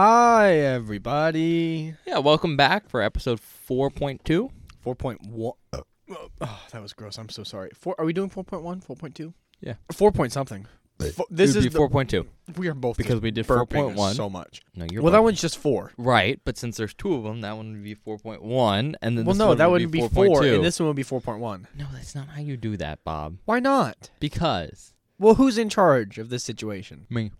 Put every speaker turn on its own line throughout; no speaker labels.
Hi, everybody.
Yeah, welcome back for episode 4.2.
4.1. Oh, oh, that was gross. I'm so sorry. Four, are we doing 4.1? 4.2?
Yeah.
4 point something. Fo- this
It
is
would be
the-
4.2.
we are both
because
just
we did
burping
4.1.
so much.
No, you're
well, that
both-
one's just four.
right, but since there's two of them, that one would be 4.1 and then
well,
this
no,
one
that
would
would be four,
4.2.
and this one would be 4.1.
No, that's not how you do that, Bob.
Why not?
Because
Well, who's in charge of this situation?
me.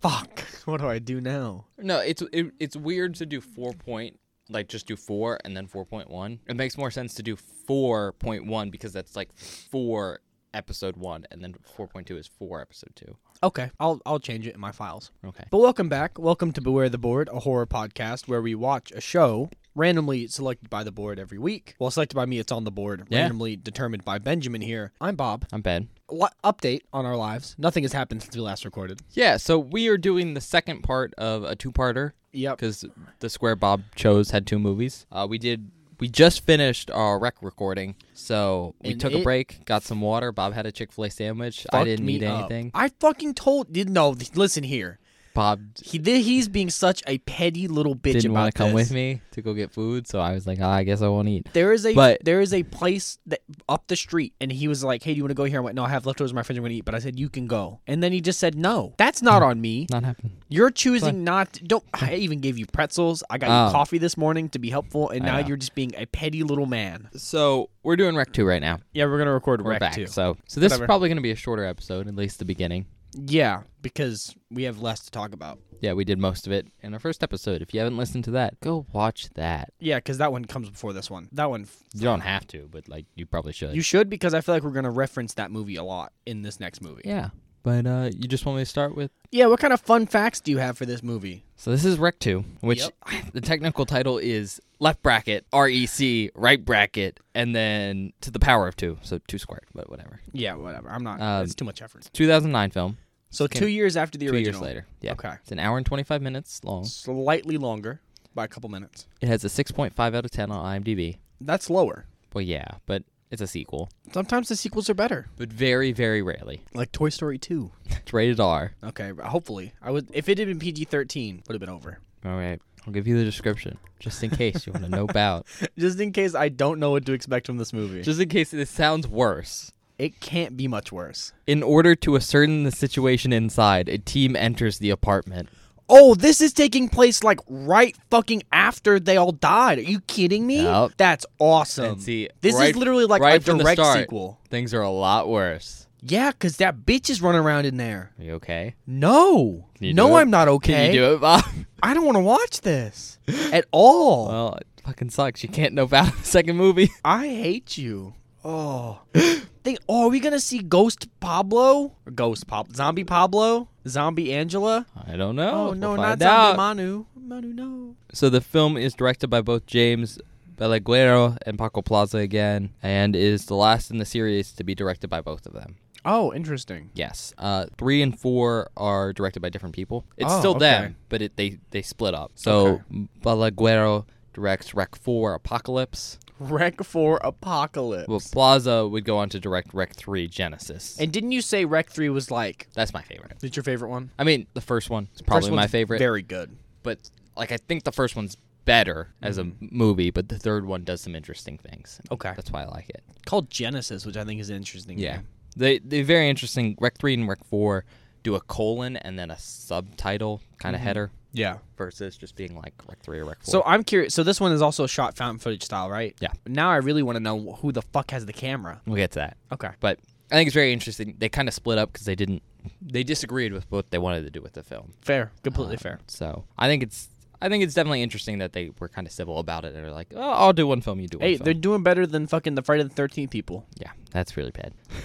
Fuck. What do I do now?
No, it's it, it's weird to do 4. Point, like just do 4 and then 4.1. It makes more sense to do 4.1 because that's like 4 episode 1 and then 4.2 is 4 episode 2.
Okay, I'll I'll change it in my files.
Okay.
But welcome back. Welcome to Beware the Board, a horror podcast where we watch a show randomly selected by the board every week. Well, selected by me, it's on the board,
Yeah.
randomly determined by Benjamin here. I'm Bob.
I'm bad.
L- update on our lives. Nothing has happened since we last recorded.
Yeah, so we are doing the second part of a two-parter
Yep.
because the square Bob chose had two movies. Uh, we did. We just finished our rec recording, so we
And
took
it-
a break, got some water. Bob had a Chick Fil A sandwich. I
Fucked
didn't
me
eat
up.
anything.
I fucking told. Did no. th- Listen here.
Bob
He th- he's being such a petty little bitch
didn't
about
want to come
this.
with me to go get food, so I was like, "Ah, I guess I won't eat.
There is a
But-
there is a place that up the street, and he was like, "Hey, do you want to go here?" I went, "No, I have leftovers. My friends are going to eat." But I said, "You can go." And then he just said, "No, that's not
Hmm.
on me.
Not happening.
You're choosing not. To, don't. I even gave you pretzels. I got you
Oh.
coffee this morning to be helpful, and
I
now
know.
you're just being a petty little man.
So we're doing rec two right now.
Yeah, we're gonna record
We're
rec
back.
too.
So so this
Whatever.
is probably going to be a shorter episode, at least the beginning.
Yeah, because we have less to talk about.
Yeah, we did most of it in our first episode. If you haven't listened to that, go watch that.
Yeah, because that one comes before this one. That one. f-
You don't have to, but like you probably should.
You should because I feel like we're gonna reference that movie a lot in this next movie.
yeah, but uh, you just want me to start with
Yeah, what kind of fun facts do you have for this movie?
So this is Rec 2, which the technical title is left bracket, REC, right bracket, and then to the power of 2, so 2 squared, but whatever.
Yeah, whatever. I'm not.
Um,
it's too much effort.
2009 film,
So
came
two years after the
2
original.
years later. Yeah.
Okay.
It's an hour and 25 minutes long.
Slightly longer by a couple minutes.
It has a 6.5 out of 10 on IMDb.
That's lower.
Well, yeah, but it's a sequel,
Sometimes the sequels are better,
but very very rarely.
like Toy Story 2.
It's rated R.
Okay, hopefully. I would if it had been PG-13, would have been over.
All right. I'll give you the description just in case you want to know about.
Just in case I don't know what to expect from this movie.
Just in case this sounds worse.
it can't be much worse.
In order to ascertain the situation inside, a team enters the apartment.
Oh, this is taking place like right fucking after they all died. Are you kidding me?
Yep.
That's awesome.
And see,
this
right-
is literally like
right
a
from the
direct
start.
sequel.
Things are a lot worse.
Yeah, cuz that bitch is running around in there.
Are you okay?
No.
Can you do
No,
it?
I'm not okay.
Can you do it, Bob?
I don't want to watch this at all.
well, it fucking sucks. You can't know about the second movie.
I hate you. Oh. Think, oh, are we going to see Ghost Pablo? Or Ghost Pablo? Zombie Pablo? Zombie Angela?
I don't know.
Oh, no,
We'll
not
find
Zombie
out.
Manu. Manu, no.
So the film is directed by both James Balaguero and Paco Plaza again, and is the last in the series to be directed by both of them.
Oh, interesting.
Yes, uh, three and four are directed by different people. It's
Oh,
still
okay.
them, but it, they they split up. So
Okay.
Balaguero directs Rec Four Apocalypse,
Wreck for Apocalypse.
Well, Plaza would go on to direct Rec 3 Genesis.
and didn't you say Wreck 3 was like,
That's my favorite.
it's your favorite one?
I mean, the first one is probably
First
my
one's
favorite,
Very good.
but like I think the first one's better as a movie, but the third one does some interesting things.
Mm-hmm. Okay.
That's why I like it.
Called Genesis, which I think is an interesting.
Yeah.
name.
They they very interesting Rec 3 and Rec 4 do a colon and then a subtitle kind of header
Yeah.
versus just being like Rec 3 or Rec 4.
Mm-hmm. So I'm curious. So this one is also shot fountain footage style, right?
Yeah.
Now I really want to know who the fuck has the camera.
we'll get to that.
Okay.
But I think it's very interesting. They kind of split up because they didn't they disagreed with what they wanted to do with the film.
Fair. Completely fair.
Uh, So I think it's I think it's definitely interesting that they were kind of civil about it. They're like, oh, I'll do one film, you do one
Hey,
film.
they're doing better than fucking the Friday the Thirteenth people.
Yeah, that's really bad.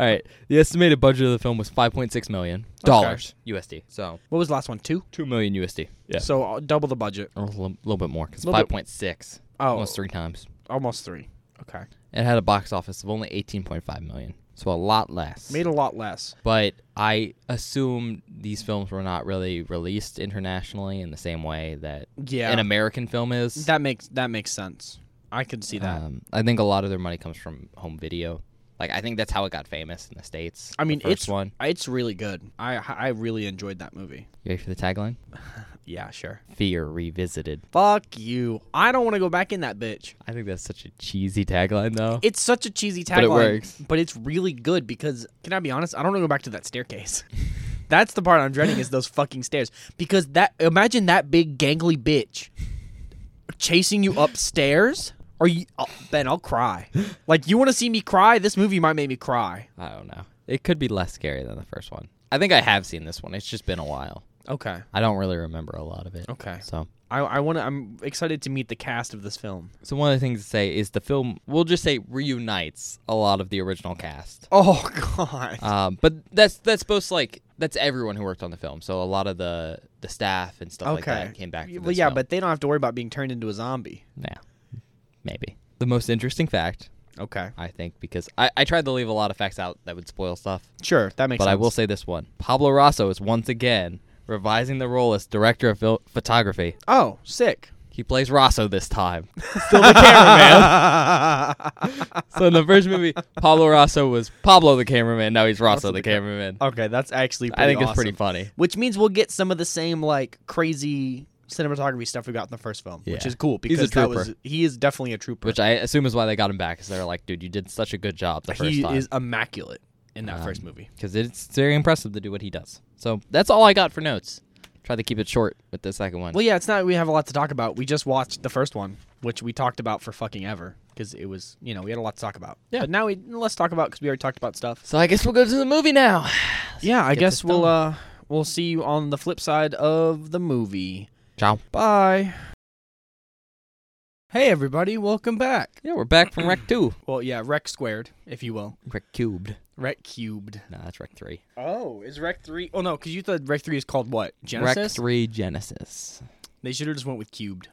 All right, the estimated budget of the film was 5.6 million dollars USD. So
What was the last one? Two.
two million USD. Yeah,
So uh, double the budget.
a little, little bit more because
Little bit-
5.6,
Oh.
almost three times.
Almost three. Okay.
It had a box office of only 18.5 million, so a lot less.
Made a lot less.
but I assume these films were not really released internationally in the same way that
Yeah.
an American film is.
that makes that makes sense. I could see that.
Um, I think a lot of their money comes from home video. Like I think that's how it got famous in the states.
I mean,
the first
it's
one.
It's really good. I I really enjoyed that movie.
You ready for the tagline?
Yeah, sure.
Fear Revisited.
Fuck you. I don't want to go back in that bitch.
I think that's such a cheesy tagline, though.
It's such a cheesy tagline,
But it works.
but it's really good because can I be honest? I don't want to go back to that staircase. That's the part I'm dreading is those fucking stairs because that imagine that big gangly bitch chasing you upstairs. Or you, oh, Ben, I'll cry. Like you want to see me cry? This movie might make me cry.
I don't know. It could be less scary than the first one. I think I have seen this one. It's just been a while.
Okay,
I don't really remember a lot of it.
okay.
So,
I, I want to. I'm excited to meet the cast of this film.
so one of the things to say is the film, we'll just say reunites a lot of the original cast.
Oh God.
Um, but that's that's both like that's everyone who worked on the film. So a lot of the the staff and stuff like that came back.
Y-
To
well,
this
yeah,
film.
but they don't have to worry about being turned into a zombie.
yeah, maybe the most interesting fact
Okay.
I think because I, I tried to leave a lot of facts out that would spoil stuff,
Sure, that makes
but
sense.
I will say this one: Pablo Rosso is once again revising the role as director of phil- photography.
Oh, sick.
He plays Rosso this time, still the cameraman. so in the first movie, Pablo Rosso was Pablo the cameraman. Now he's Rosso the cameraman.
okay, that's actually pretty
I think it's
awesome.
pretty funny.
Which means we'll get some of the same like crazy cinematography stuff we got in the first film, which
Yeah.
is cool because
He's a
that
trooper.
was he is definitely a trooper.
Which I assume is why they got him back, is they're like, dude, you did such a good job the first
he
time.
is immaculate in that
Um,
first movie.
Because it's very impressive to do what he does. So that's all I got for notes. Try to keep it short with the second one.
Well, yeah, it's not we have a lot to talk about. We just watched the first one, which we talked about for fucking ever because it was you know we had a lot to talk about.
Yeah.
But now we let's talk about because we already talked about stuff.
so I guess we'll go to the movie now.
yeah, I
get
guess
this
we'll uh
done.
we'll see you on the flip side of the movie.
Ciao.
Bye. Hey everybody, welcome back.
Yeah, we're back from Rec 2.
Well, yeah, rec squared, if you will.
Rec Cubed.
Rec cubed.
No, that's Rec 3.
Oh, is rec 3? Oh no, cuz you thought rec 3 is called what?
Rec
Genesis?
3 Genesis.
They should have just went with cubed.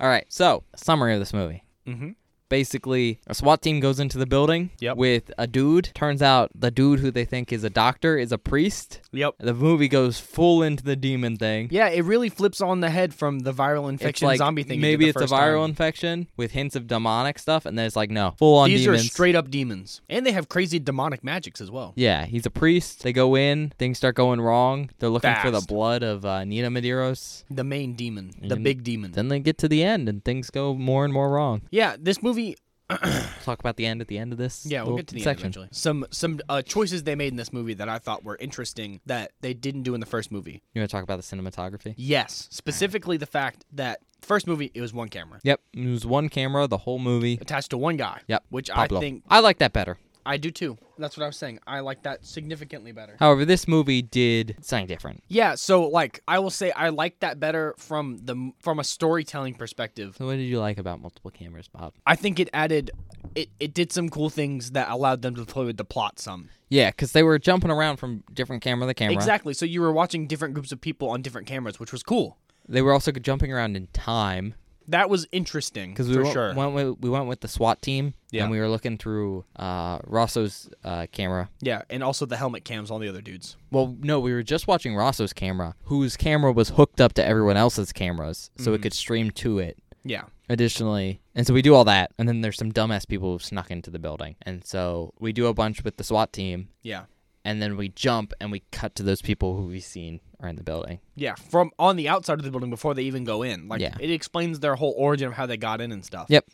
All right, so summary of this movie.
Mhm.
Basically, a SWAT team goes into the building
Yep.
with a dude. Turns out the dude who they think is a doctor is a priest.
Yep.
The movie goes full into the demon thing.
Yeah, it really flips on the head from the viral infection zombie thing. you did
Maybe
the
it's a
first
viral
time.
infection with hints of demonic stuff, and then it's like no, full on
These
demons.
are straight up demons. And they have crazy demonic magics as well.
yeah, he's a priest. They go in, things start going wrong. They're looking for the
Fast.
blood of uh, Nina Medeiros.
The main demon, the
Mhm.
big demon.
Then they get to the end, and things go more and more wrong.
Yeah, this movie
We'll talk about the end at the end of this.
Yeah, we'll
little
get to the
section.
end eventually. Some some uh, choices they made in this movie that I thought were interesting that they didn't do in the first movie.
You want to talk about the cinematography?
Yes, specifically the fact that first movie it was one camera
Yep, it was one camera the whole movie.
attached to one guy.
Yep,
which
Pablo.
I think
I like that better.
I do too. That's what I was saying. I like that significantly better.
However, this movie did something different.
Yeah, so like I will say I like that better from the from a storytelling perspective.
So, what did you like about multiple cameras, Bob?
I think it added it it did some cool things that allowed them to play with the plot some.
Yeah, because they were jumping around from different camera to camera.
Exactly. So you were watching different groups of people on different cameras, which was cool.
They were also jumping around in time
That was interesting
because we
for
went,
sure.
went with, we went with the SWAT team
Yeah.
and we were looking through uh, Rosso's uh, camera.
Yeah, and also the helmet cams on the other dudes.
Well, no, we were just watching Rosso's camera, whose camera was hooked up to everyone else's cameras, so it could stream to it.
Yeah.
Additionally, and so we do all that, and then there's some dumbass people who snuck into the building, and so we do a bunch with the SWAT team,
Yeah.
and then we jump and we cut to those people who we've seen are in the building.
Yeah, from on the outside of the building before they even go in. Like
Yeah.
it explains their whole origin of how they got in and stuff.
Yep,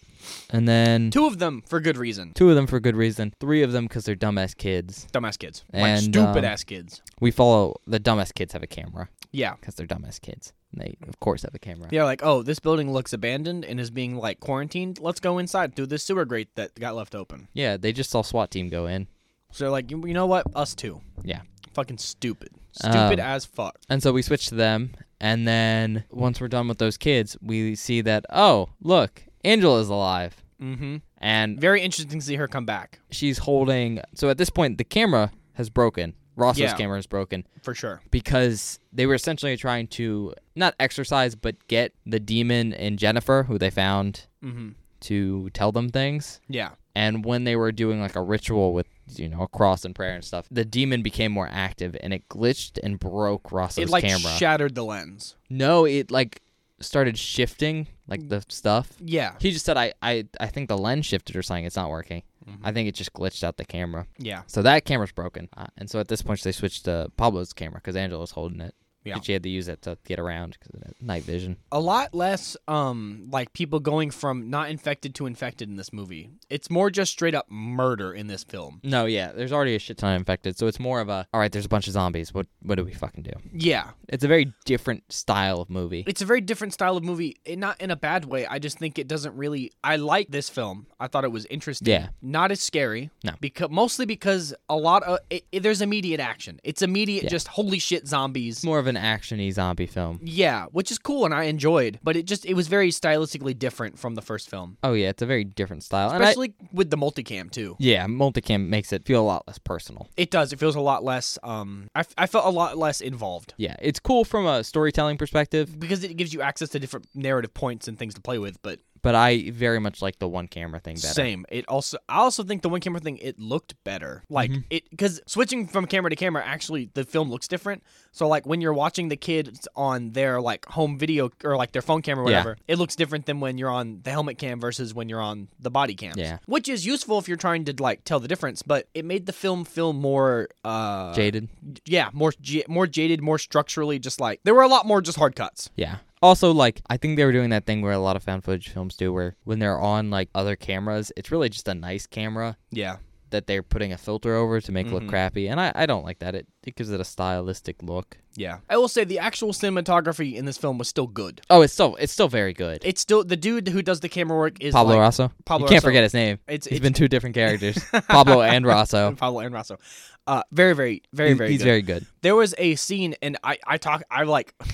and then
Two of them for good reason.
two of them for good reason, three of them because they're dumbass kids.
Dumbass kids. like
And,
stupid
um,
ass kids.
we follow the dumbest kids have a camera
Yeah.
because they're dumbest kids. And they of course have a camera.
They're like, "Oh, this building looks abandoned and is being like quarantined. Let's go inside through this sewer grate that got left open."
Yeah, they just saw SWAT team go in.
So they're like, "You, you know what? Us too."
Yeah,
Fucking stupid. Stupid
Um,
as fuck.
and so we switch to them, and then once we're done with those kids, we see that oh look, Angela's alive,
Mhm.
and
Very interesting to see her come back,
she's holding. So at this point, the camera has broken. Ross's
Yeah.
camera is broken
for sure.
because they were essentially trying to not exercise, but get the demon and Jennifer, who they found,
Mhm.
to tell them things.
Yeah.
and when they were doing like a ritual with you know a cross and prayer and stuff the demon became more active and it glitched and broke Rosso's
it like
camera
shattered the lens.
no it like started shifting like the stuff
Yeah.
he just said i i, I think the lens shifted or something it's not working i think it just glitched out the camera
Yeah.
so that camera's broken uh, and so at this point they switched to pablo's camera because angela's holding it
Yeah.
That you had to use that to get around because of night vision.
a lot less um like people going from not infected to infected in this movie. It's more just straight up murder in this film.
No, yeah, there's already a shit ton of infected, so it's more of a all right. There's a bunch of zombies. What what do we fucking do?
Yeah.
It's a very different style of movie.
It's a very different style of movie, and not in a bad way. I just think it doesn't really I like this film. I thought it was interesting.
Yeah.
Not as scary.
No.
Because mostly because a lot of it, it- there's immediate action. It's immediate
Yeah.
just holy shit zombies.
It's more of an actiony zombie film.
Yeah, which is cool and I enjoyed, but it just it was very stylistically different from the first film.
Oh yeah, it's a very different style. And I-
Especially with the multicam too.
yeah, multicam makes it feel a lot less personal.
It does. It feels a lot less. Um, I, f- I felt a lot less involved
Yeah, it's cool from a storytelling perspective,
because it gives you access to different narrative points and things to play with. But
but I very much like the one camera thing better.
same. It also. I also think the one camera thing. It looked better. Like
Mm-hmm.
it because switching from camera to camera actually the film looks different. So like when you're watching the kids on their like home video or like their phone camera or
Yeah.
whatever, it looks different than when you're on the helmet cam versus when you're on the body cams.
Yeah.
Which is useful if you're trying to like tell the difference. But it made the film feel more uh
Jaded.
yeah, more j- more jaded, more structurally, just like there were a lot more just hard cuts.
Yeah. Also, like, I think they were doing that thing where a lot of found footage films do, where when they're on like other cameras, it's really just a nice camera
Yeah,
that they're putting a filter over to make it look
Mm-hmm.
crappy, and I, I don't like that. It it gives it a stylistic look.
yeah. I will say the actual cinematography in this film was still good.
Oh, it's still it's still very good.
It's still the dude who does the camera work is
Pablo
like,
Rosso.
Pablo
you can't
Rosso.
forget his name.
It's,
He's
it's
been two different characters, Pablo and Rosso.
Pablo and Rosso. Uh, very, very, very, very.
he's
good.
very good.
There was a scene, and I I talk I like.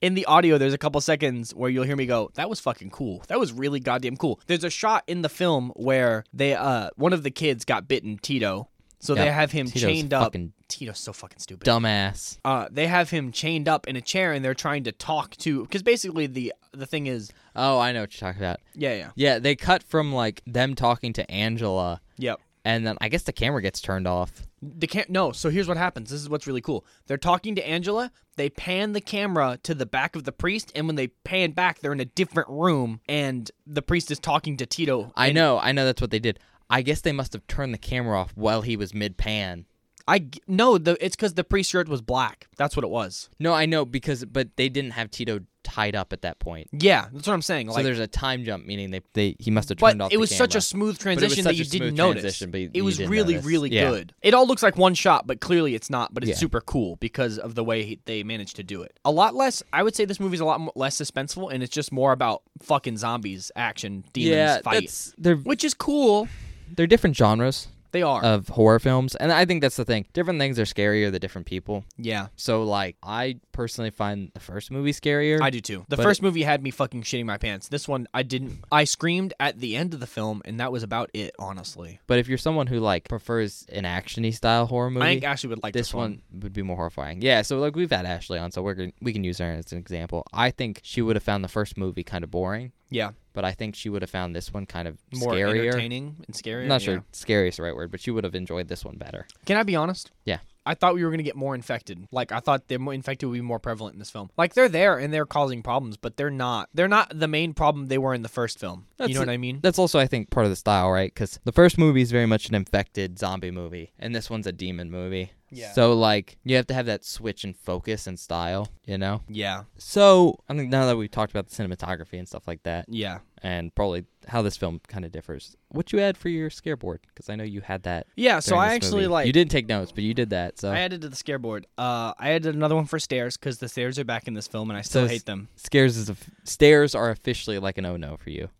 In the audio, there's a couple seconds where you'll hear me go, "That was fucking cool. That was really goddamn cool." There's a shot in the film where they, uh, one of the kids got bitten, Tito, so they
Yeah,
have him
Tito's
chained up.
fucking
Tito's so fucking stupid.
dumbass.
uh, they have him chained up in a chair and they're trying to talk to because basically the the thing is
Oh, I know what you're talking about.
yeah yeah
Yeah, they cut from like them talking to Angela,
yep
and then I guess the camera gets turned off.
they can't no so here's what happens this is what's really cool they're talking to angela they pan the camera to the back of the priest and when they pan back they're in a different room and the priest is talking to tito
I know, I know that's what they did. I guess they must have turned the camera off while he was mid pan.
i g- no the it's because the priest shirt was black that's what it was
No, I know because but they didn't have Tito tied up at that point.
yeah that's what i'm saying
so
like
there's a time jump, meaning they, they he must have
but
turned off.
it
the
was such a
camera.
smooth
was
transition that
such
you
a
didn't
smooth
notice.
transition, but
It
you
was
didn't
really,
notice.
really
Yeah.
good. It all looks like one shot, but clearly it's not. But it's
Yeah.
super cool because of the way he- they managed to do it. A lot less. I would say this movie's a lot mo- less suspenseful, and it's just more about fucking zombies, action, demons,
yeah.
fight,
That's they're
which is cool.
they're different genres
They are.
of horror films, and I think that's the thing. Different things are scarier to different people.
yeah,
So like I personally find the first movie scarier.
I do too. The
But
first movie had me fucking shitting my pants. This one, I didn't. I screamed at the end of the film, and that was about it, honestly.
but if you're someone who like prefers an actiony style horror movie,
I think Ashley would like this,
this one would be more horrifying. Yeah, so like we've had Ashley on, so we're gonna, we can use her as an example. I think she would have found the first movie kind of boring,
Yeah,
but I think she would have found this one kind of
more
scarier.
entertaining and scarier.
I'm not
yeah.
sure scary is the right word, but she would have enjoyed this one better.
Can I be honest?
Yeah.
I thought we were gonna get more infected. Like I thought the more infected would be more prevalent in this film. Like they're there and they're causing problems, but they're not. They're not the main problem they were in the first film. you
That's
know
it.
what I mean?
That's also I think part of the style, right? Because the first movie is very much an infected zombie movie, and this one's a demon movie.
Yeah.
So like you have to have that switch in focus and style, you know.
Yeah,
So I think now that we've talked about the cinematography and stuff like that,
yeah,
and probably how this film kind of differs. What you add for your scareboard? Because I know you had that.
yeah. So
during
I
this
actually
movie.
like
you didn't take notes, but you did that. So
I added to the scareboard. Uh, I added another one for stairs because the stairs are back in this film, and I still
it's-
hate them.
scares is a f- stairs are officially like an oh no for you.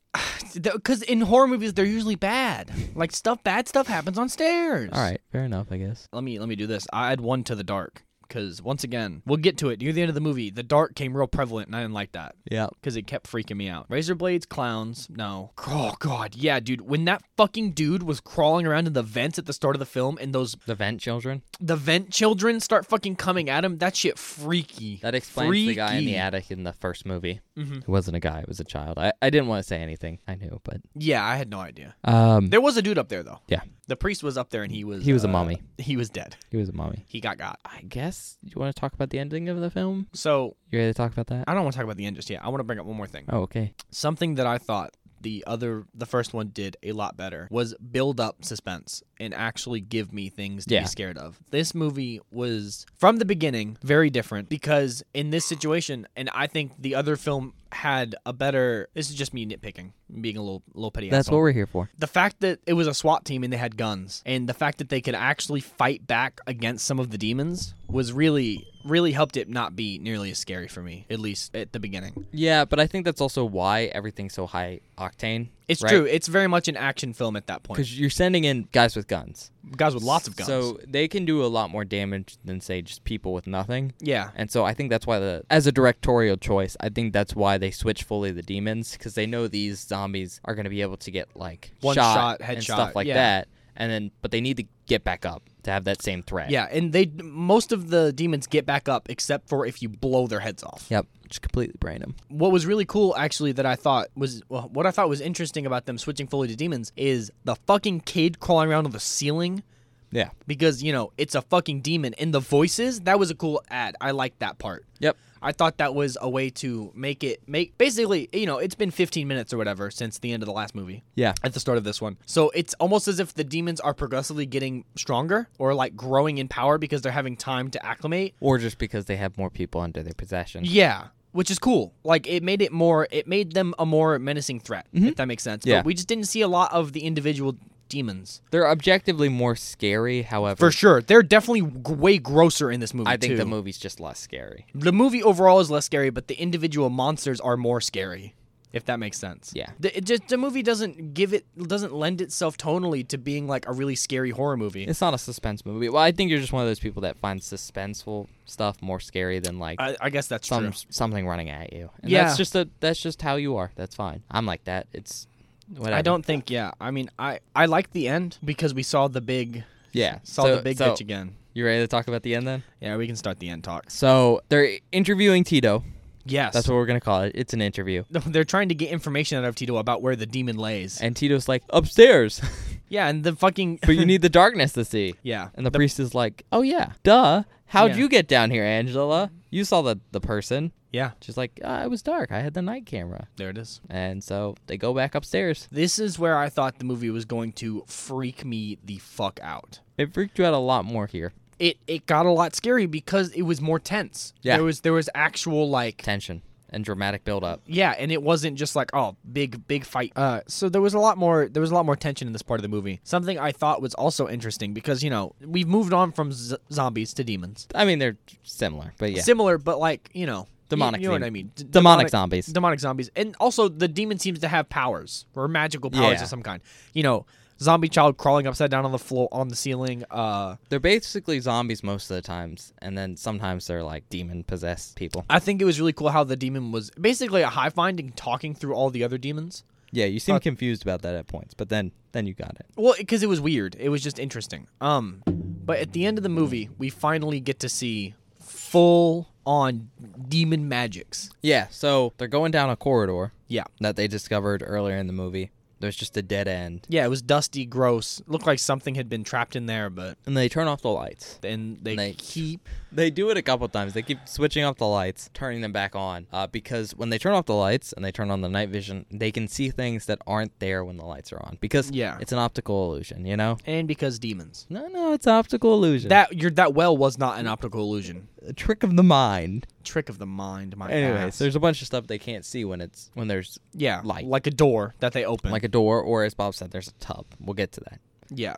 Because in horror movies, they're usually bad. Like stuff, bad stuff happens on stairs.
All right, fair enough, I guess.
let me let me do this. I add one to the dark because once again, we'll get to it near the end of the movie. The dark came real prevalent, and I didn't like that.
Yeah.
because it kept freaking me out. Razor blades, clowns, no. Oh god, yeah, dude. When that fucking dude was crawling around in the vents at the start of the film, and those
The vent children.
the vent children start fucking coming at him, that shit freaky.
That explains the guy in the
Freaky.
attic in the first movie.
Mhm.
It wasn't a guy; it was a child. I, I didn't want to say anything. I knew, but
Yeah, I had no idea.
um,
There was a dude up there though.
Yeah.
the priest was up there, and he was
He was a
uh,
mummy.
He was dead.
he was a mummy.
He got got.
I guess you want to talk about the ending of the film.
So
You ready to talk about that?
I don't want to talk about the end just yet. I want to bring up one more thing.
Oh, okay.
Something that I thought the other the first one did a lot better was build up suspense and actually give me things to
Yeah.
be scared of. This movie was from the beginning very different because in this situation and I think the other film had a better this is just me nitpicking, being a little little petty
That's
asshole
what we're here for.
the fact that it was a SWAT team and they had guns, and the fact that they could actually fight back against some of the demons was really, really helped it not be nearly as scary for me, at least at the beginning.
Yeah, but I think that's also why everything's so high octane.
It's true. It's very much an action film at that point.
because you're sending in guys with guns,
Guys with lots of guns.
so they can do a lot more damage than say just people with nothing.
yeah,
And so I think that's why the as a directorial choice, I think that's why they switch fully the demons because they know these zombies are going to be able to get like
One shot,
and
headshot,
stuff like
yeah.
that. And then but they need to get back up to have that same threat.
yeah, and they most of the demons get back up except for if you blow their heads off.
Yep. Just completely brain them.
What was really cool, actually, that I thought was well, what I thought was interesting about them switching fully to demons is the fucking kid crawling around on the ceiling
Yeah.
because you know it's a fucking demon and the voices that was a cool ad i liked that part
Yep.
i thought that was a way to make it make basically you know it's been 15 minutes or whatever since the end of the last movie
Yeah.
at the start of this one so it's almost as if the demons are progressively getting stronger or like growing in power because they're having time to acclimate
Or just because they have more people under their possession.
yeah which is cool like it made it more it made them a more menacing threat if that makes sense
Yeah.
but we just didn't see a lot of the individual demons
They're objectively more scary, however.
for sure they're definitely g- way grosser in this movie
I think the
too.
movie's just less scary.
the movie overall is less scary, but the individual monsters are more scary. If that makes sense.
Yeah.
The, it just, the movie doesn't give it doesn't lend itself tonally to being like a really scary horror movie.
It's not a suspense movie. Well, I think you're just one of those people that finds suspenseful stuff more scary than like
I, I guess that's
some
Uh, true.
something running at you. And
Yeah.
that's just a that's just how you are. That's fine. I'm like that. It's whatever.
I don't think. Yeah. I mean, I I like the end because we saw the big
yeah.
saw
so,
the big
so
bitch again.
You ready to talk about the end then?
Yeah, we can start the end talks.
So they're interviewing Tito.
Yes.
That's what we're gonna call it. It's an interview.
they're trying to get information out of Tito about where the demon lays.
And Tito's like upstairs,
yeah, and the fucking
but you need the darkness to see.
yeah.
And the, priest is like, "Oh yeah, duh. How'd
Yeah.
you get down here, Angela? You saw the the person."
yeah,
She's like, uh, "It was dark. I had the night camera."
there it is.
And so they go back upstairs.
This is where I thought the movie was going to freak me the fuck out.
It freaked you out a lot more here.
it it got a lot scary because it was more tense.
Yeah.
There was there was actual like
Tension and dramatic buildup.
yeah, and it wasn't just like oh big big fight. Uh, so there was a lot more there was a lot more tension in this part of the movie. Something I thought was also interesting because you know we've moved on from z- zombies to demons,
I mean, they're similar, but yeah.
similar but like you know you-
Demonic
You, know what
theme.
I mean? D-
Demonic zombies.
Demonic zombies, and also the demon seems to have powers or magical powers
Yeah.
of some kind. You know, zombie child crawling upside down on the floor on the ceiling. Uh,
They're basically zombies most of the times, and then sometimes they're like demon possessed people.
I think it was really cool how the demon was basically a high find and talking through all the other demons.
Yeah, you seem confused about that at points, but then then you got it.
Well, because it was weird. It was just interesting. Um, but at the end of the movie, we finally get to see full on demon magics.
Yeah, so they're going down a corridor
Yeah.
that they discovered earlier in the movie. There's just a dead end,
Yeah, it was dusty, gross. Looked like something had been trapped in there, but
and they turn off the lights.
then they,
They-
keep
They do it a couple times. They keep switching off the lights, turning them back on, uh, because when they turn off the lights and they turn on the night vision, they can see things that aren't there when the lights are on. Because
Yeah.
it's an optical illusion, you know.
and because demons.
No, no, it's optical illusion.
That your that well was not an optical illusion.
a trick of the mind.
Trick of the mind, my
Anyways,
ass.
there's a bunch of stuff they can't see when it's when there's
yeah,
light.
like a door that they open.
like a door or as Bob said, there's a tub. We'll get to that.
yeah.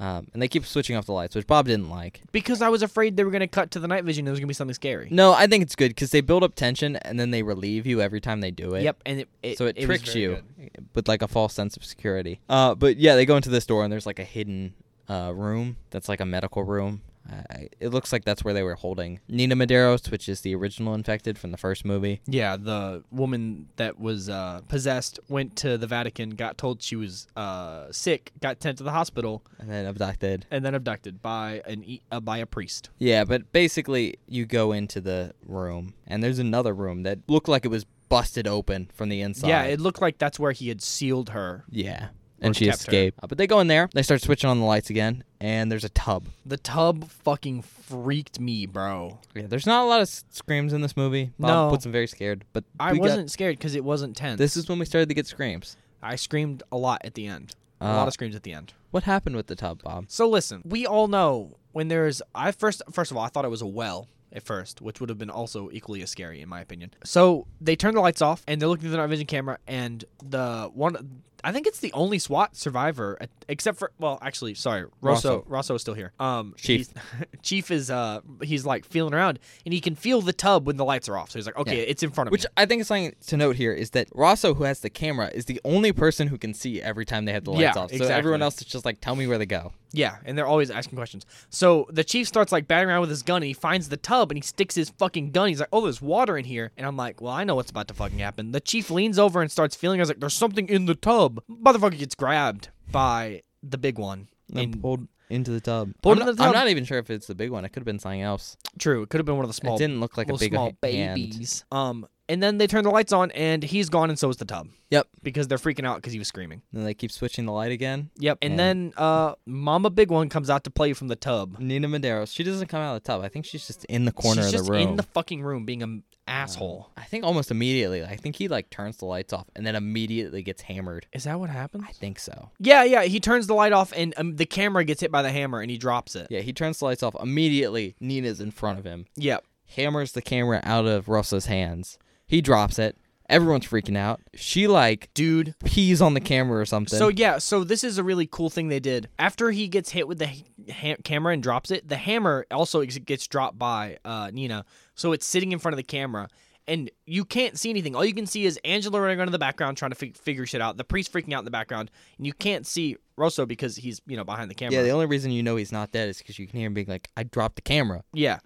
Um, and they keep switching off the lights, which Bob didn't like.
Because I was afraid they were going to cut to the night vision. There was going to be something scary.
No, I think it's good because they build up tension and then they relieve you every time they do it.
Yep, and it, it
So it,
was
tricks
very
you
good.
with like a false sense of security. Uh, but yeah, they go into this door and there's like a hidden uh, room that's like a medical room. I it looks like that's where they were holding Nina Medeiros, which is the original infected from the first movie.
Yeah, the woman that was uh, possessed went to the Vatican, got told she was uh, sick, got sent to the hospital,
and then abducted.
and then abducted by an e- uh, by a priest.
Yeah, but basically you go into the room and there's another room that looked like it was busted open from the inside.
Yeah, it looked like that's where he had sealed her.
yeah. And she
kept her.
escaped. Uh, but they go in there, they start switching on the lights again, and there's a tub.
The tub fucking freaked me, bro.
Yeah, there's not a lot of s- screams in this movie. Bob
No.
puts him very scared, but
I
we got-
wasn't scared because it wasn't tense.
this is when we started to get screams.
I screamed a lot at the end. a
Uh,
lot of screams at the end.
What happened with the tub, Bob?
So listen, we all know when there's I first first of all I thought it was a well at first, which would have been also equally as scary in my opinion. So they turn the lights off and they're looking through the night vision camera and the one I think it's the only SWAT survivor at- except for well actually sorry Rosso
Rosso.
Rosso is still here. Um
Chief.
he's- Chief is uh he's like feeling around and he can feel the tub when the lights are off. So he's like okay, it's in front of
Which
me.
I think is something to note here is that Rosso, who has the camera, is the only person who can see every time they have the lights
Yeah,
off. So
exactly.
everyone else is just like, tell me where they go.
Yeah, and they're always asking questions. So the chief starts like batting around with his gun and he finds the tub and he sticks his fucking gun. He's like, Oh, there's water in here. And I'm like, Well, I know what's about to fucking happen. The chief leans over and starts feeling. I was like, There's something in the tub. Motherfucker gets grabbed by the big one. And
pulled into the tub.
Pulled
I'm,
into
not,
the tub.
I'm not even sure if it's the big one. It could have been something else.
true, it could have been one of the small
it didn't look like a
little
big
small
hand.
babies. Um and then they turn the lights on and he's gone and so is the tub.
Yep.
Because they're freaking out because he was screaming.
Then they keep switching the light again.
Yep. And
Yeah.
then uh Mama Big One comes out to play from the tub.
Nina Medeiros, she doesn't come out of the tub. I think she's just in the corner
She's
of the
just
room.
in the fucking room being an asshole.
I think almost immediately. I think he like turns the lights off and then immediately gets hammered.
Is that what happens?
I think so.
Yeah, yeah. He turns the light off, and um, the camera gets hit by the hammer, and he drops it.
Yeah, he turns the lights off immediately. Nina's in front of him.
Yep.
hammers the camera out of Russo's hands. He drops it. Everyone's freaking out. She like
Dude.
pees on the camera or something.
So yeah, so this is a really cool thing they did. After he gets hit with the ha- ha- camera and drops it, the hammer also ex- gets dropped by uh, Nina, so it's sitting in front of the camera, and you can't see anything. All you can see is Angela running around in the background trying to fi- figure shit out. The priest freaking out in the background, and you can't see Rosso because he's you know behind the camera.
yeah, the only reason you know he's not dead is because you can hear him being like, "I dropped the camera."
Yeah.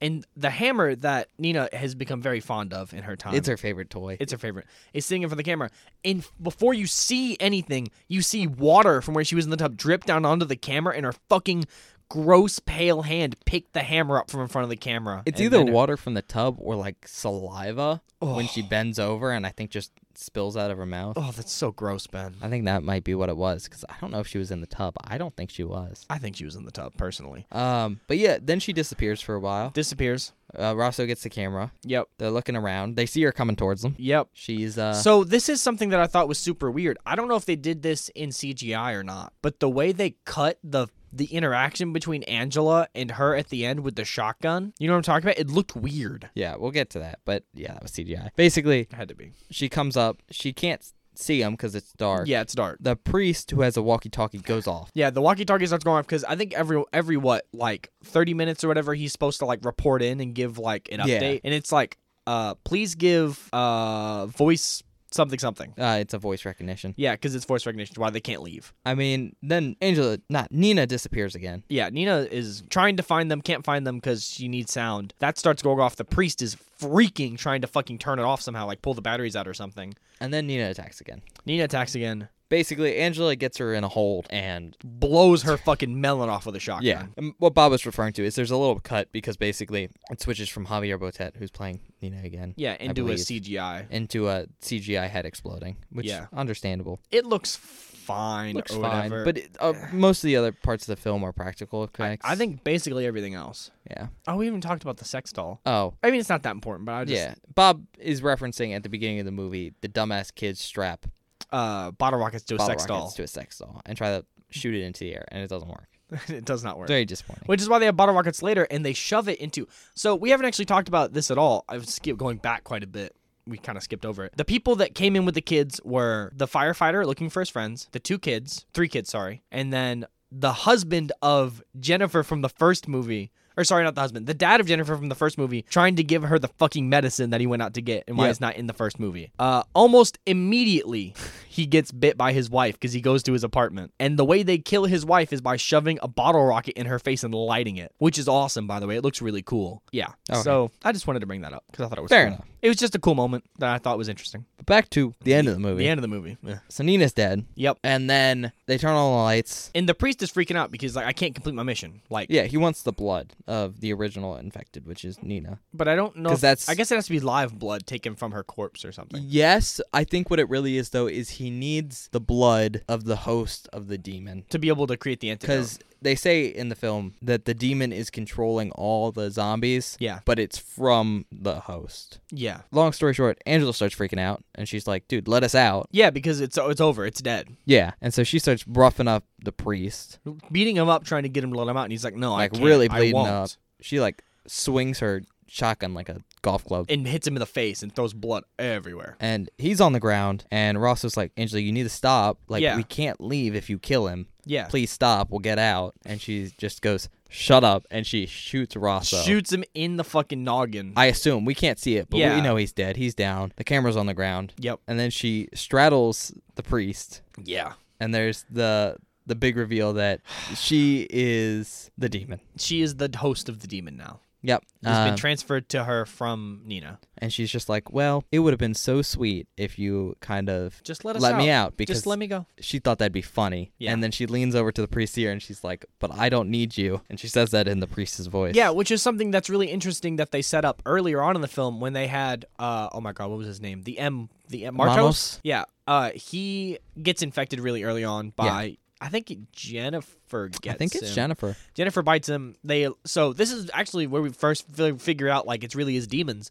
And the hammer that Nina has become very fond of in her time.
It's her favorite toy.
Um, It's her favorite. It's sitting in front of the camera. And f- before you see anything, you see water from where she was in the tub drip down onto the camera, and her fucking gross pale hand picked the hammer up from in front of the camera.
It's
And
either
then her-
water from the tub or like saliva when she bends over and I think just spills out of her mouth.
Oh, that's so gross, Ben.
I think that might be what it was because I don't know if she was in the tub. I don't think she was.
I think she was in the tub, personally.
Um, but yeah, then she disappears for a while.
Disappears.
Uh, Rosso gets the camera.
Yep.
They're looking around. They see her coming towards them.
Yep.
She's uh,
So this is something that I thought was super weird. I don't know if they did this in CGI or not, but the way they cut the the interaction between Angela and her at the end with the shotgun, you know what I'm talking about? It looked weird.
Yeah, we'll get to that. But yeah, that was CGI. Basically,
It had to be.
she comes up. She can't s- see him because it's dark.
Yeah, it's dark.
The priest who has a walkie talkie goes off.
Yeah, the walkie-talkie starts going off because I think every every what like thirty minutes or whatever he's supposed to like report in and give like an
Yeah.
update, and it's like, uh, please give uh voice something something.
Uh, it's a voice recognition.
Yeah, because it's voice recognition. Why they can't leave?
I mean, then Angela, not Nina, disappears again.
Yeah, Nina is trying to find them, can't find them because she needs sound. That starts going off. The priest is freaking trying to fucking turn it off somehow, like pull the batteries out or something.
And then Nina attacks again.
Nina attacks again,
Basically, Angela gets her in a hold. And
blows her fucking melon off with a shotgun.
yeah, And what Bob was referring to is there's a little cut because basically it switches from Javier Botet, who's playing Nina again.
yeah,
I
into a
believe,
CGI.
Into a CGI head exploding, which
Yeah.
understandable.
It looks fine.
Looks
or
fine,
whatever.
but it, uh, most of the other parts of the film are practical effects.
I think basically everything else.
yeah.
Oh, we haven't talked about the sex doll.
Oh,
I mean, it's not that important, but I just
yeah. Bob is referencing at the beginning of the movie the dumbass kids strap
uh, bottle rockets to a
bottle
sex Hmm.
rockets to a sex doll and try to shoot it into the air, and it doesn't work.
doll. it does not work.
Very disappointing.
Which is why they have bottle rockets later, and they shove it into. So we haven't actually talked about this at all. I've skipped going back quite a bit. We kind of skipped over it. The people that came in with the kids were the firefighter looking for his friends, the two kids, three kids, sorry, and then the husband of Jennifer from the first movie. Or sorry, not the husband, the dad of Jennifer from the first movie, trying to give her the fucking medicine that he went out to get, and why
Yeah.
it's not in the first movie. Uh, almost immediately, he gets bit by his wife because he goes to his apartment, and the way they kill his wife is by shoving a bottle rocket in her face and lighting it, which is awesome, by the way. It looks really cool. Yeah.
Okay.
So I just wanted to bring that up because I thought it was
Fair
cool.
enough.
It was just a cool moment that I thought was interesting.
But back to the end of the movie.
The end of the movie. Yeah.
So Nina's dead.
Yep.
And then they turn on the lights.
And the priest is freaking out because like I can't complete my mission. Like,
Yeah, he wants the blood of the original infected, which is Nina.
but I don't know.
'Cause
if-
that's-
I guess it has to be live blood taken from her corpse or something.
Yes, I think what it really is though is he needs the blood of the host of the demon
to be able to create the antidote.
because they say in the film that the demon is controlling all the zombies.
Yeah.
But it's from the host.
Yeah.
Long story short, Angela starts freaking out and she's like, dude, let us out.
Yeah, because it's it's over. It's dead.
Yeah. And so she starts roughing up the priest,
Beating him up, trying to get him to let him out, and he's like, "No,
like
I can't.
really
I
bleeding
won't."
up. She like swings her shotgun like a golf club.
and hits him in the face and throws blood everywhere.
and he's on the ground, and Ross is like, Angela, you need to stop. Like,
Yeah.
we can't leave if you kill him.
Yeah.
Please stop. We'll get out. And she just goes, shut up. And she shoots Ross. up.
Shoots him in the fucking noggin.
I assume we can't see it, but we
Yeah.
know he's dead. He's down. The camera's on the ground.
yep.
And then she straddles the priest,
Yeah.
and there's the the big reveal that she is the demon.
She is the host of the demon now.
Yep.
It's
Um,
been transferred to her from Nina.
and she's just like, "Well, it would have been so sweet if you kind of
Just let us
let me
out.
out because
Just let me go.
she thought that'd be funny."
Yeah.
And then she leans over to the priest here and she's like, "But I don't need you." And she says that in the priest's voice.
Yeah, which is something that's really interesting that they set up earlier on in the film when they had uh oh my god, what was his name? The M the M Martos?
Manos?
Yeah. Uh he gets infected really early on by I think Jennifer gets
I think it's
him.
Jennifer.
Jennifer bites him. They so this is actually where we first fi- figure out like it's really his demons.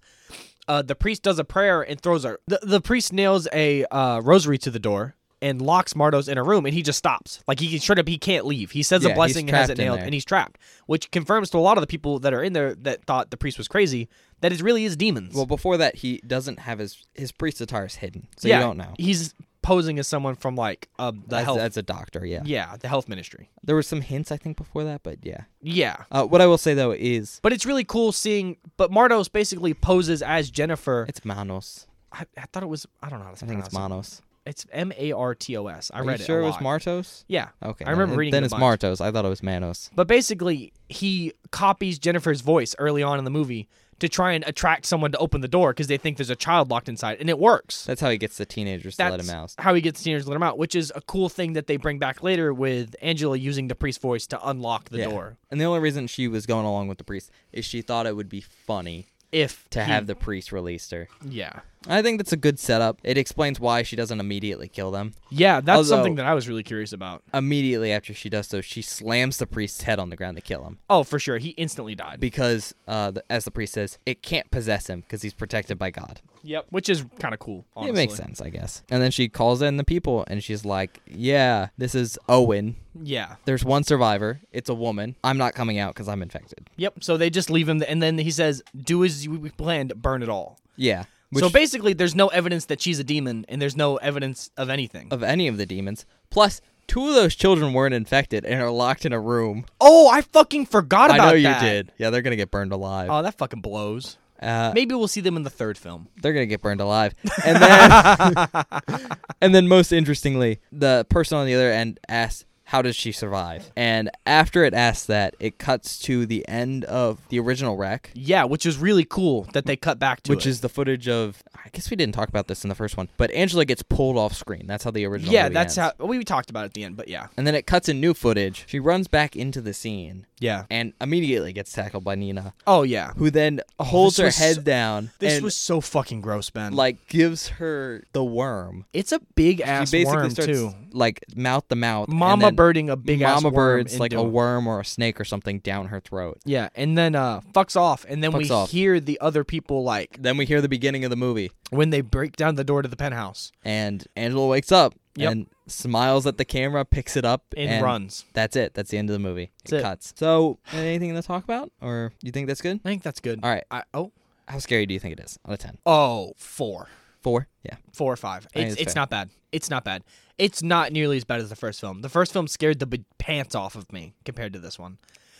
Uh, the priest does a prayer and throws a the, the priest nails a uh, rosary to the door and locks Mardos in a room and he just stops like he straight up he can't leave. He says
Yeah,
a
he's
blessing and has it
trapped in
nailed
there.
and he's trapped, which confirms to a lot of the people that are in there that thought the priest was crazy that it really is demons.
Well, before that, he doesn't have his his priest attire is hidden, so
yeah,
you don't know.
He's posing as someone from like uh, the
that's,
health.
that's a doctor, yeah.
yeah, the health ministry.
There were some hints, I think, before that, but yeah.
Yeah.
Uh, what I will say though is
But it's really cool seeing. But Mardos basically poses as Jennifer
it's Manos.
I, I thought it was I don't know how to
I think
pronounce
it's Manos.
it. It's M A R T O S. I
Are
read
you sure
it. a
it was
lot.
Martos?
Yeah.
Okay.
I remember
then-
reading
Then
it a
it's
bunch.
Martos. I thought it was Manos.
But basically, he copies Jennifer's voice early on in the movie to try and attract someone to open the door because they think there's a child locked inside, and it works.
That's how he gets the teenagers
That's
to let him out.
how he gets teenagers to let him out, which is a cool thing that they bring back later with Angela using the priest's voice to unlock the
Yeah.
door.
And the only reason she was going along with the priest is she thought it would be funny
If
to
he-
have the priest release her.
yeah,
I think that's a good setup. It explains why she doesn't immediately kill them.
yeah, that's
Although-
something that I was really curious about.
Immediately after she does so, she slams the priest's head on the ground to kill him.
Oh, for sure, he instantly died.
because uh, the, as the priest says, it can't possess him because he's protected by God.
yep, which is kind of cool. Honestly.
It makes sense, I guess. And then she calls in the people and she's like, "Yeah, this is Owen.
Yeah,
There's one survivor. It's a woman. I'm not coming out because I'm infected."
Yep. So they just leave him, and then he says, "Do as we planned, burn it all."
Yeah. Which
so basically, there's no evidence that she's a demon, and there's no evidence of anything.
of any of the demons. Plus, two of those children weren't infected and are locked in a room.
oh, I fucking forgot
I
about
know you
that.
did. Yeah, they're gonna get burned alive.
Oh, that fucking blows.
uh,
Maybe we'll see them in the third film.
they're gonna get burned alive. And then, and then most interestingly, the person on the other end asks, "How does she survive?" And after it asks that, it cuts to the end of the original wreck,
Yeah, which is really cool that they cut back to
which
it.
is the footage of. I guess we didn't talk about this in the first one, but Angela gets pulled off screen. That's how the original.
yeah,
movie
that's
ends.
how we talked about it at the end. But yeah,
And then it cuts in new footage. She runs back into the scene
yeah.
and immediately gets tackled by Nina,
Oh yeah.
who then holds
this
her
was
head
so-
down
This
and
was so fucking gross, Ben.
like gives her the worm.
it's a big ass
She basically
worm
starts
too.
like mouth to mouth. and
Mama
then
birding a big ass
mama
worm
birds like
into
a worm or a snake or something down her throat.
Yeah, and then uh fucks off, and then we
Fucks off.
hear the other people like
Then we hear the beginning of the movie,
when they break down the door to the penthouse
and Angela wakes up
Yep.
and smiles at the camera, picks it up,
and, runs.
That's it. That's the end of the movie.
That's
it,
it.
cuts. So, anything to talk about, or you think that's good?
I think that's good.
All right.
I, oh,
How scary do you think it is out of ten?
oh, four,
Four. Yeah.
four or five.
think
It's
it's
it's
fair.
not bad. It's not bad. It's not nearly as bad as the first film. The first film scared the b- pants off of me compared to this one.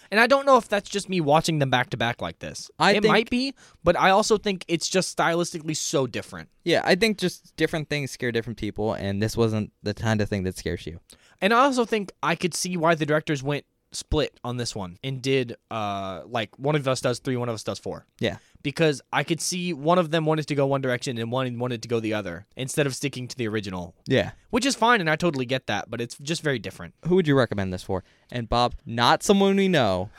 And I don't know if that's just me watching them back to back like this.
I
it
think-
might be, but I also think it's just stylistically so different.
Yeah, I think just different things scare different people, and this wasn't the kind of thing that scares you.
And I also think I could see why the directors went split on this one and did uh like one of us does three, one of us does four.
Yeah.
because I could see one of them wanted to go one direction and one wanted to go the other instead of sticking to the original,
Yeah.
which is fine and I totally get that, but it's just very different.
Who would you recommend this for? And Bob, not someone we know.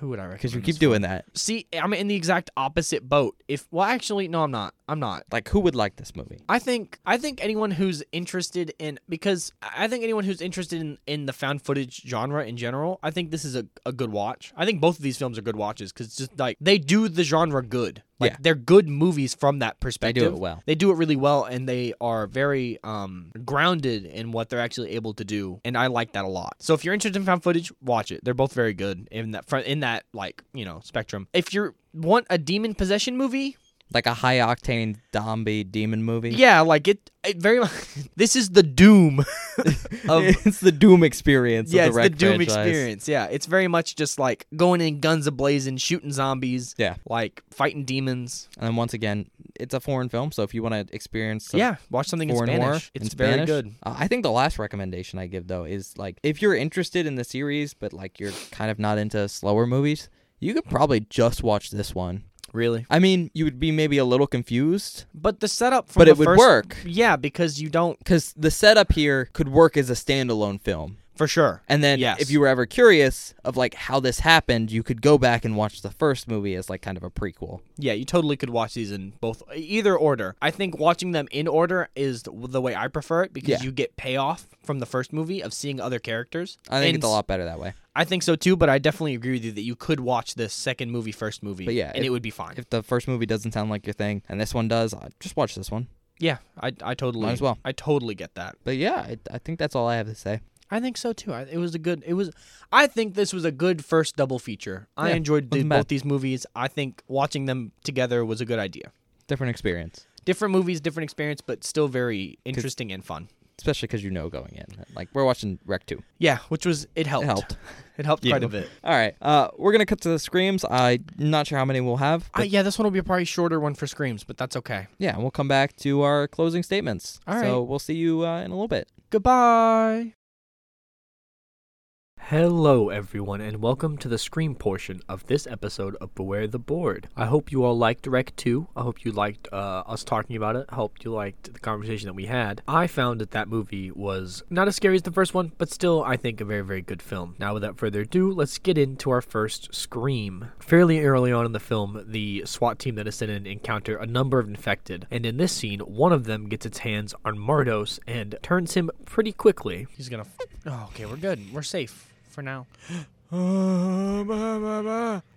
Who would I recommend?
because you
this
keep
for?
doing that.
See, I'm in the exact opposite boat. If well, actually, no, I'm not. I'm not.
Like, who would like this movie?
I think I think anyone who's interested in because I think anyone who's interested in, in the found footage genre in general, I think this is a, a good watch. I think both of these films are good watches because just like they do the genre good. Like
Yeah.
they're good movies from that perspective.
well.
They do it really well and they are very um, grounded in what they're actually able to do and I like that a lot. So if you're interested in found footage, watch it. They're both very good in that front in that like, you know, spectrum. If you want a demon possession movie,
Like a high octane zombie demon movie.
yeah, like it, it very much. This is the doom of
it's the Doom experience.
yeah,
of
it's
the,
the
Wreck
doom
franchise.
experience. Yeah, it's very much just like going in guns ablazing, shooting zombies.
Yeah.
like fighting demons.
And then once again, it's a foreign film, so if you want to experience some
yeah, watch something in
foreign
Spanish.
horror
it's
in
very
Spanish,
good.
Uh, I think the last recommendation I give though is like if you're interested in the series, but like you're kind of not into slower movies, you could probably just watch this one.
Really,
I mean, you would be maybe a little confused,
but the setup from
but
the
it would
first,
work
Yeah, because you don't
because the setup here could work as a standalone film.
for sure.
And then
Yes.
if you were ever curious of like how this happened, you could go back and watch the first movie as like kind of a prequel.
Yeah, you totally could watch these in both e, either order. I think watching them in order is the, the way I prefer it because
Yeah.
you get payoff from the first movie of seeing other characters.
I think
And
it's a lot better that way.
I think so too, but I definitely agree with you that you could watch this second movie, first movie,
But yeah,
and
if-
it would be fine.
If the first movie doesn't sound like your thing and this one does, uh, just watch this one.
yeah, I, I totally
Might as well.
I totally get that.
But yeah, I, I think that's all I have to say.
I think so too. I, it was a good. It was. I think this was a good first double feature. I
Yeah,
enjoyed the,
wasn't bad.
both these movies. I think watching them together was a good idea.
Different experience.
Different movies, different experience, but still very interesting and fun.
especially because you know going in. Like we're watching Rec Two.
Yeah, which was it helped.
It helped.
It helped
You.
quite a bit.
All right, uh, we're gonna cut to the screams. I'm not sure how many we'll have.
I,
But
yeah, this one will be a probably shorter one for screams, but that's okay.
yeah, and we'll come back to our closing statements.
All
So
right.
we'll see you uh, in a little bit.
Goodbye.
Hello, everyone, and welcome to the scream portion of this episode of Beware the Board. I hope you all liked Rec 2. I hope you liked uh, us talking about it. I hope you liked the conversation that we had. I found that that movie was not as scary as the first one, but still, I think, a very, very good film. Now, without further ado, let's get into our first scream. Fairly early on in the film, the SWAT team that is sent in encounter a number of infected, and in this scene, one of them gets its hands on Mardos and turns him pretty quickly.
He's gonna. F- oh, okay, we're good. We're safe for now.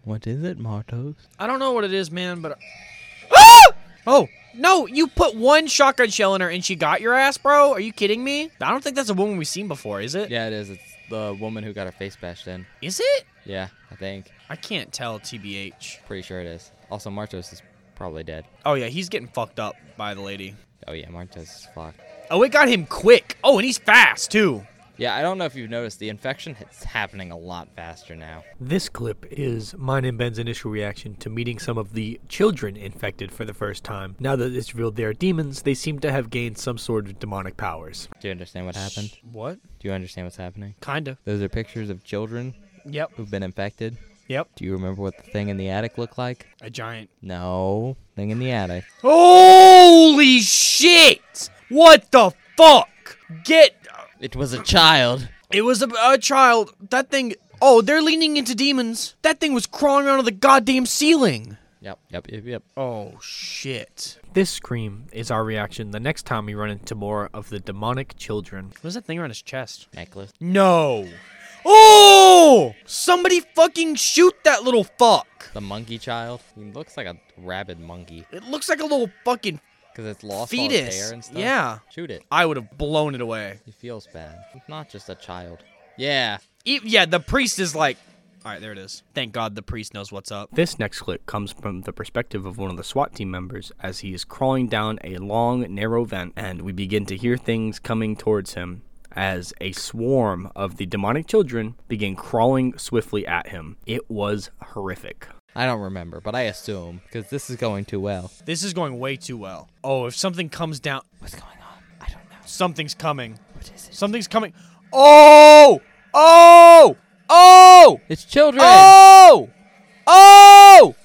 What is it, Martos?
I don't know what it is, man, but. oh! No, you put one shotgun shell in her and she got your ass, bro? Are you kidding me? I don't think that's a woman we've seen before, is it?
Yeah, it is. It's the woman who got her face bashed in.
Is it?
Yeah, I think.
I can't tell, TBH.
Pretty sure it is. Also, Martos is probably dead.
Oh, yeah, he's getting fucked up by the lady.
Oh yeah, Martos is fucked.
Oh, it got him quick. Oh, and he's fast, too.
Yeah, I don't know if you've noticed the infection. It's happening a lot faster now.
This clip is mine and Ben's initial reaction to meeting some of the children infected for the first time. Now that it's revealed they are demons, they seem to have gained some sort of demonic powers.
Do you understand what happened?
What?
Do you understand what's happening?
Kinda.
Those are pictures of children
Yep.
who've been infected.
Yep.
Do you remember what the thing in the attic looked like?
A giant.
No, thing in the attic.
Holy shit! What the fuck? Get.
It was a child.
It was a, a child. That thing. Oh, they're leaning into demons. That thing was crawling out of the goddamn ceiling.
Yep, yep, yep, yep.
Oh shit!
This scream is our reaction the next time we run into more of the demonic children.
What is that thing around his chest?
Necklace.
No. Oh! Somebody fucking shoot that little fuck!
The monkey child. He looks like a rabid monkey
It looks like a little fucking.
because it's lost all its
Fetus,
hair and stuff.
yeah.
Shoot it.
I would have blown it away.
He feels bad. It's not just a child. Yeah.
E- yeah, the priest is like. All right, there it is. Thank God the priest knows what's up.
This next clip comes from the perspective of one of the SWAT team members as he is crawling down a long, narrow vent, and we begin to hear things coming towards him as a swarm of the demonic children begin crawling swiftly at him. It was horrific.
I don't remember, but I assume because this is going too well.
This is going way too well. Oh, if something comes down,
What's going on? I don't know.
something's coming. What is it? Something's coming. Oh! Oh! Oh!
It's children.
Oh! Oh!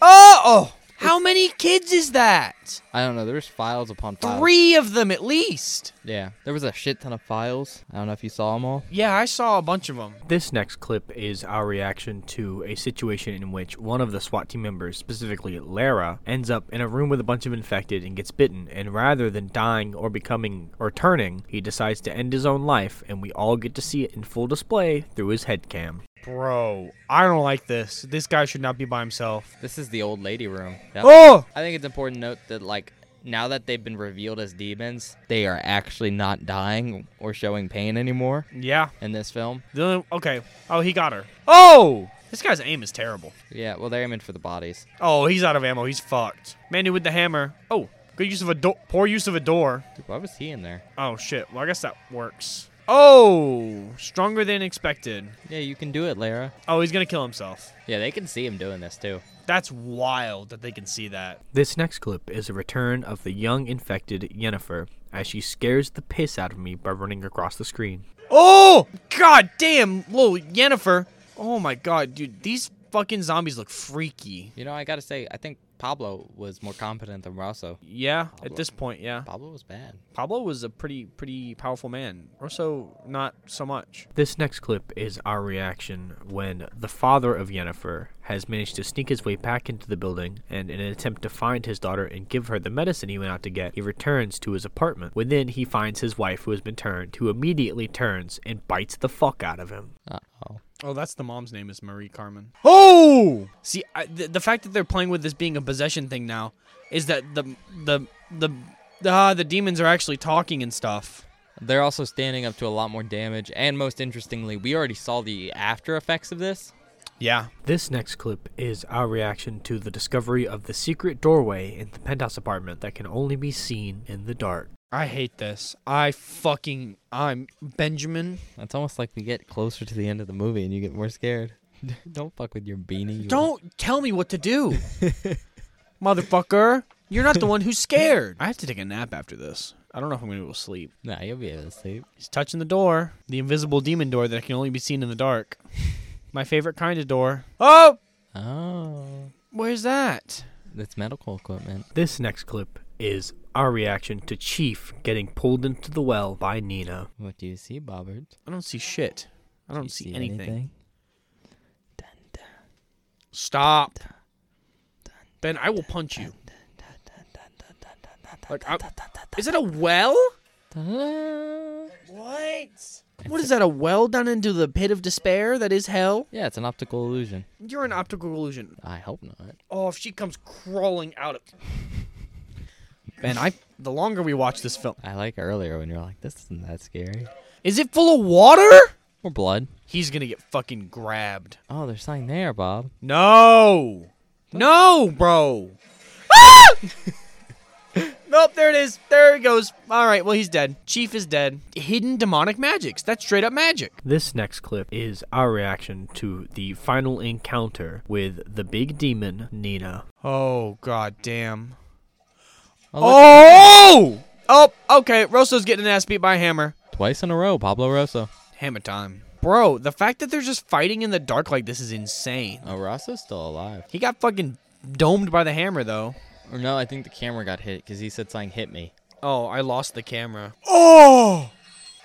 Oh! Oh! How many kids is that? what?
I don't know. There was files upon files.
Three of them at least.
Yeah, there was a shit ton of files. I don't know if you saw them all.
Yeah, I saw a bunch of them.
This next clip is our reaction to a situation in which one of the SWAT team members, specifically Lara, ends up in a room with a bunch of infected and gets bitten. And rather than dying or becoming or turning, he decides to end his own life, and we all get to see it in full display through his head cam.
Bro, I don't like this. This guy should not be by himself.
This is the old lady room. Yep.
Oh!
I think it's important to note that like now that they've been revealed as demons, they are actually not dying or showing pain anymore
Yeah.
in this film.
The only- okay. Oh, he got her. Oh! This guy's aim is terrible.
Yeah, well they're aiming for the bodies.
Oh, he's out of ammo. He's fucked. Manu with the hammer. Oh, good use of a door. Poor use of a door.
Dude, why was he in there?
Oh, shit. Well, I guess that works. Oh! Stronger than expected.
Yeah, you can do it, Lara.
Oh, he's gonna kill himself.
Yeah, they can see him doing this too.
That's wild that they can see that.
This next clip is a return of the young infected Yennefer as she scares the piss out of me by running across the screen.
Oh! God damn, little Yennefer. Oh my god, dude. These fucking zombies look freaky.
You know, I gotta say, I think Pablo was more competent than Rosso.
Yeah, at this point, yeah.
Pablo was bad.
Pablo was a pretty pretty powerful man. Rosso not so much.
This next clip is our reaction when the father of Yennefer has managed to sneak his way back into the building, and in an attempt to find his daughter and give her the medicine he went out to get, he returns to his apartment. Within, he finds his wife who has been turned, who immediately turns and bites the fuck out of him.
Uh oh.
Oh, that's the mom's name is Marie Carmen. Oh! See, I, the, the fact that they're playing with this being a possession thing now is that the the the ah, the demons are actually talking and stuff.
They're also standing up to a lot more damage, and most interestingly, we already saw the after effects of this.
Yeah.
This next clip is our reaction to the discovery of the secret doorway in the penthouse apartment that can only be seen in the dark.
I hate this. I fucking I'm Benjamin.
It's almost like we get closer to the end of the movie and you get more scared. Don't fuck with your beanie. you-
Don't tell me what to do. Motherfucker. You're not the one who's scared. I have to take a nap after this. I don't know if I'm going to go to sleep.
Nah, you'll be able to sleep.
He's touching the door, the invisible demon door that can only be seen in the dark. My favorite kind of door. Oh,
Oh,
where's that?
that's medical equipment.
This next clip is our reaction to Chief getting pulled into the well by Nina.
What do you see, Bobbert?
I don't see shit. I don't see, anything.
Dun, dun,
Stop. Ben, I will punch you. Like, I- is that a well?
ta-da.
What? What is that? A well down into the pit of despair that is hell?
Yeah, it's an optical illusion.
You're an optical illusion.
I hope not.
Oh, if she comes crawling out of. Ben, I. The longer we watch this film,
I like earlier when you're like, this isn't that scary.
is it full of water?
Or blood.
He's gonna get fucking grabbed.
Oh, there's something there, Bob.
No. No, bro. Ah! nope, there it is. There it goes. All right, well, he's dead. Chief is dead. Hidden demonic magics. That's straight up magic.
This next clip is our reaction to the final encounter with the big demon, Nina.
Oh, god damn.
Oh, look,
Oh! Oh, okay. Rosso's getting an ass beat by a hammer.
twice in a row, Pablo Rosso.
Hammer time. Bro, the fact that they're just fighting in the dark like this is insane.
Oh, Rosso's still alive.
He got fucking domed by the hammer, though.
Or no, I think the camera got hit because he said something hit me.
Oh, I lost the camera. Oh!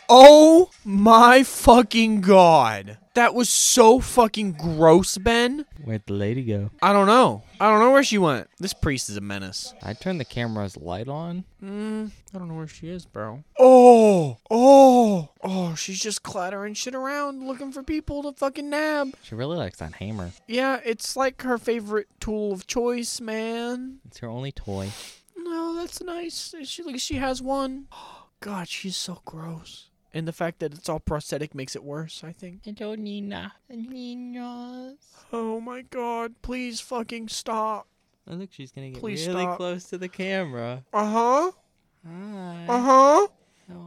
Oh my fucking god. That was so fucking gross, Ben.
Where'd the lady go?
I don't know. I don't know where she went. This priest is a menace.
I turned the camera's light on.
Mm, I don't know where she is, bro. Oh! Oh! Oh, she's just clattering shit around looking for people to fucking nab.
She really likes that hammer.
Yeah, it's like her favorite tool of choice, man.
It's her only toy.
No, that's nice. She like she has one. God, she's so gross. And the fact that it's all prosthetic makes it worse, I think.
Hello, Nina. Nina's.
Oh my god, please fucking stop.
Oh, look, she's gonna get
Please
really
stop.
close to the camera.
Uh-huh.
Hi.
Uh-huh.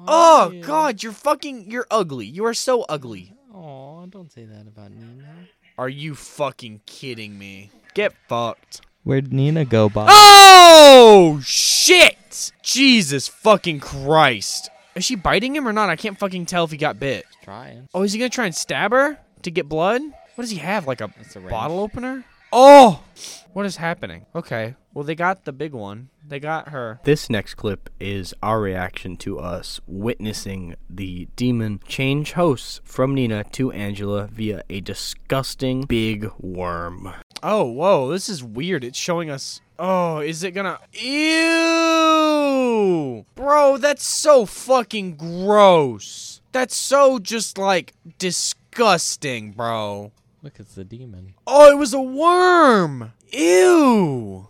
Oh god, you're fucking you're ugly. You are so ugly.
Oh, don't say that about Nina.
Are you fucking kidding me? Get fucked.
Where'd Nina go, Bob?
Oh shit. Jesus fucking Christ. Is she biting him or not? I can't fucking tell if he got bit.
Trying.
Oh, is he going to try and stab her to get blood? What does he have? Like a
It's a wrench.
bottle opener? Oh, what is happening? Okay. Well, they got the big one. They got her.
This next clip is our reaction to us witnessing the demon change hosts from Nina to Angela via a disgusting big worm.
Oh, whoa. This is weird. It's showing us. Oh, is it gonna? Ew, bro. That's so fucking gross. That's so just like disgusting, bro.
Look, it's the demon.
Oh, it was a worm. Ew.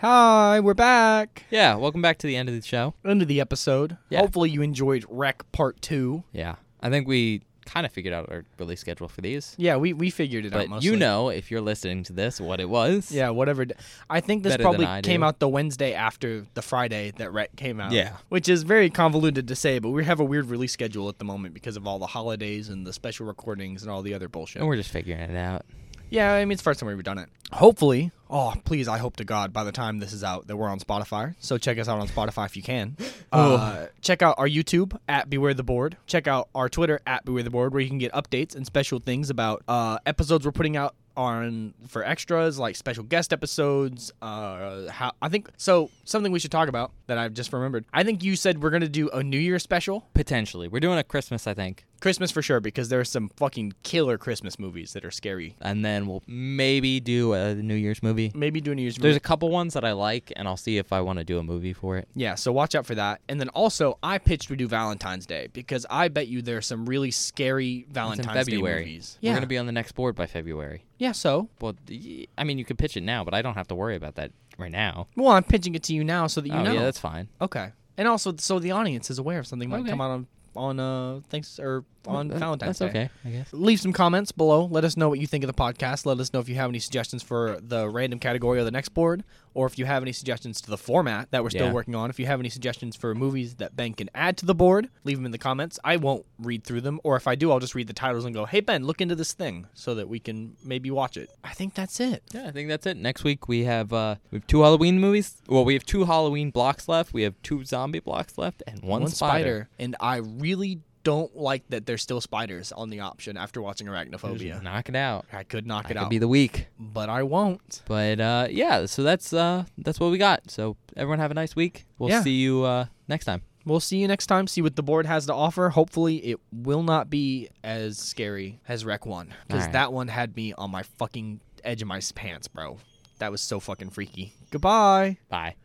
Hi, we're back.
Yeah, welcome back to the end of the show.
End of the episode.
Yeah.
Hopefully, you enjoyed Wreck Part 2.
Yeah, I think we kind of figured out our release schedule for these.
Yeah, we, we figured it out
But
mostly.
you know, if you're listening to this, what it was.
Yeah, whatever. d- I think this
Better than
probably
I do.
came out the Wednesday after the Friday that Wreck came out.
Yeah.
Which is very convoluted to say, but we have a weird release schedule at the moment because of all the holidays and the special recordings and all the other bullshit.
And we're just figuring it out.
Yeah, I mean, it's the first time we've ever done it. Hopefully, oh, please, I hope to God by the time this is out that we're on Spotify. So check us out on Spotify if you can. Uh, check out our YouTube at Beware the Board. Check out our Twitter at Beware the Board, where you can get updates and special things about uh, episodes we're putting out on for extras like special guest episodes uh how i think so something we should talk about that i've just remembered i think you said we're gonna do a new year special
Potentially, we're doing a Christmas, I think,
christmas for sure because there are some fucking killer christmas movies that are scary
and then we'll maybe do a New Year's movie.
maybe do a new year's
There's a couple ones that I like, and I'll see if I want to do a movie for it.
Yeah, so watch out for that. And then also, I pitched we do Valentine's Day because I bet you there are some really scary
It's in
Valentine's
February.
Day movies.
We're
Yeah,
gonna be on the next board by February.
yeah. So,
Well, y- I mean, you could pitch it now, but I don't have to worry about that right now.
well, I'm pitching it to you now so that you
oh
know.
yeah, that's fine.
okay. And also, so the audience is aware of something might
Okay.
come out on on uh thanks or on
That-
Valentine's
That's
Day.
okay, I guess.
Leave some comments below. Let us know what you think of the podcast. Let us know if you have any suggestions for the random category of the next board, or if you have any suggestions to the format that we're still
Yeah.
working on. If you have any suggestions for movies that Ben can add to the board, leave them in the comments. I won't read through them, or if I do, I'll just read the titles and go, hey, Ben, look into this thing so that we can maybe watch it. I think that's it.
Yeah, I think that's it. Next week we have uh we have two Halloween movies. Well, we have two Halloween blocks left. We have two zombie blocks left, and one, spider.
And I really don't like that there's still spiders on the option after watching Arachnophobia.
Knock it out.
I could Oh, knock
That
it
could
out,
be the week.
but I won't.
But uh, yeah, so that's uh, that's what we got. So everyone have a nice week. We'll
Yeah.
see you uh, next time.
We'll see you next time. See what the board has to offer. Hopefully, it will not be as scary as Rec 1. Because
Alright.
that one had me on my fucking edge of my pants, bro. That was so fucking freaky. Goodbye.
Bye.